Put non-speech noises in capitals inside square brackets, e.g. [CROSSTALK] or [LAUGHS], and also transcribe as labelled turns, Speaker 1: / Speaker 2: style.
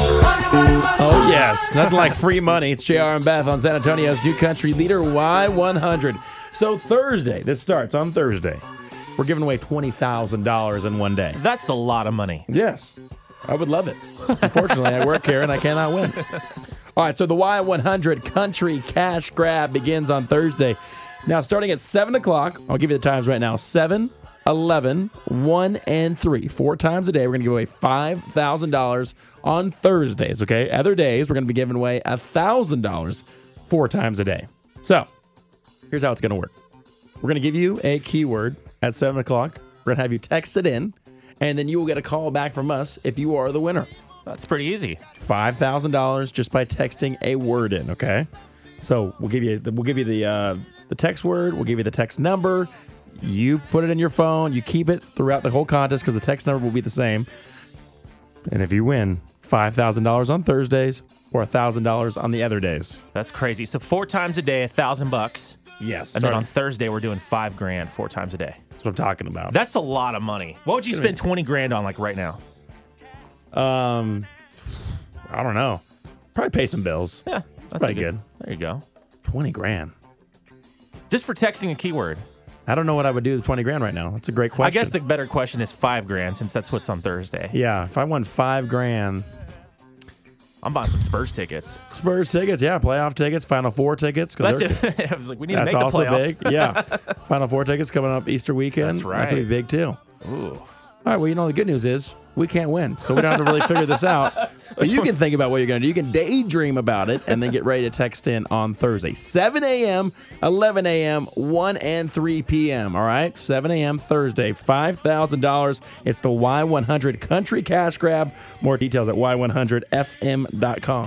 Speaker 1: Oh, yes. Nothing like free money. It's JR and Beth on San Antonio's new country leader Y100. So, Thursday, this starts on Thursday. We're giving away $20,000 in one day.
Speaker 2: That's a lot of money.
Speaker 1: Yes. I would love it. Unfortunately, I work here and I cannot win. All right, so the Y100 Country Cash Grab begins on Thursday. Now, starting at 7 o'clock, I'll give you the times right now 7, 11, 1, and 3. Four times a day, we're going to give away $5,000 on Thursdays, okay? Other days, we're going to be giving away $1,000 four times a day. So, here's how it's going to work we're going to give you a keyword at 7 o'clock, we're going to have you text it in, and then you will get a call back from us if you are the winner.
Speaker 2: That's pretty easy.
Speaker 1: five thousand dollars just by texting a word in. Okay, so we'll give you the, we'll give you the uh, the text word. We'll give you the text number. You put it in your phone. You keep it throughout the whole contest because the text number will be the same. And if you win, five thousand dollars on Thursdays or thousand dollars on the other days.
Speaker 2: That's crazy. So four times a day, a thousand bucks.
Speaker 1: Yes,
Speaker 2: And
Speaker 1: sorry,
Speaker 2: then on Thursday, we're doing five grand four times a day.
Speaker 1: that's what I'm talking about.
Speaker 2: That's a lot of money. What would you spend 20 grand on like right now?
Speaker 1: um, I don't know. Probably pay some bills.
Speaker 2: Yeah, that's
Speaker 1: Probably
Speaker 2: a
Speaker 1: good.
Speaker 2: There you go.
Speaker 1: Twenty grand.
Speaker 2: Just for texting a keyword.
Speaker 1: I don't know what I would do with twenty grand right now. That's a great question.
Speaker 2: I guess the better question is five grand since that's what's on Thursday.
Speaker 1: yeah. If I won five grand,
Speaker 2: I'm buying some Spurs tickets.
Speaker 1: Spurs tickets, yeah, playoff tickets, Final Four tickets. 'cause
Speaker 2: That's
Speaker 1: they're-
Speaker 2: it. [LAUGHS] I was like, we need
Speaker 1: That's
Speaker 2: to make
Speaker 1: also
Speaker 2: the playoffs.
Speaker 1: big.
Speaker 2: [LAUGHS]
Speaker 1: Yeah, Final Four tickets coming up Easter weekend.
Speaker 2: That's
Speaker 1: That could be
Speaker 2: right.
Speaker 1: big too.
Speaker 2: Ooh.
Speaker 1: All right. Well, you know the good news is we can't win, so we don't have to really figure this
Speaker 2: [LAUGHS]
Speaker 1: out. But you can think about what you're going to do. You can daydream about it, and then get ready to text in on Thursday, 7 a.m., 11 a.m., 1 and 3 p.m. All right, 7 a.m. Thursday, five thousand dollars. It's the Y100 Country Cash Grab. More details at y100fm.com.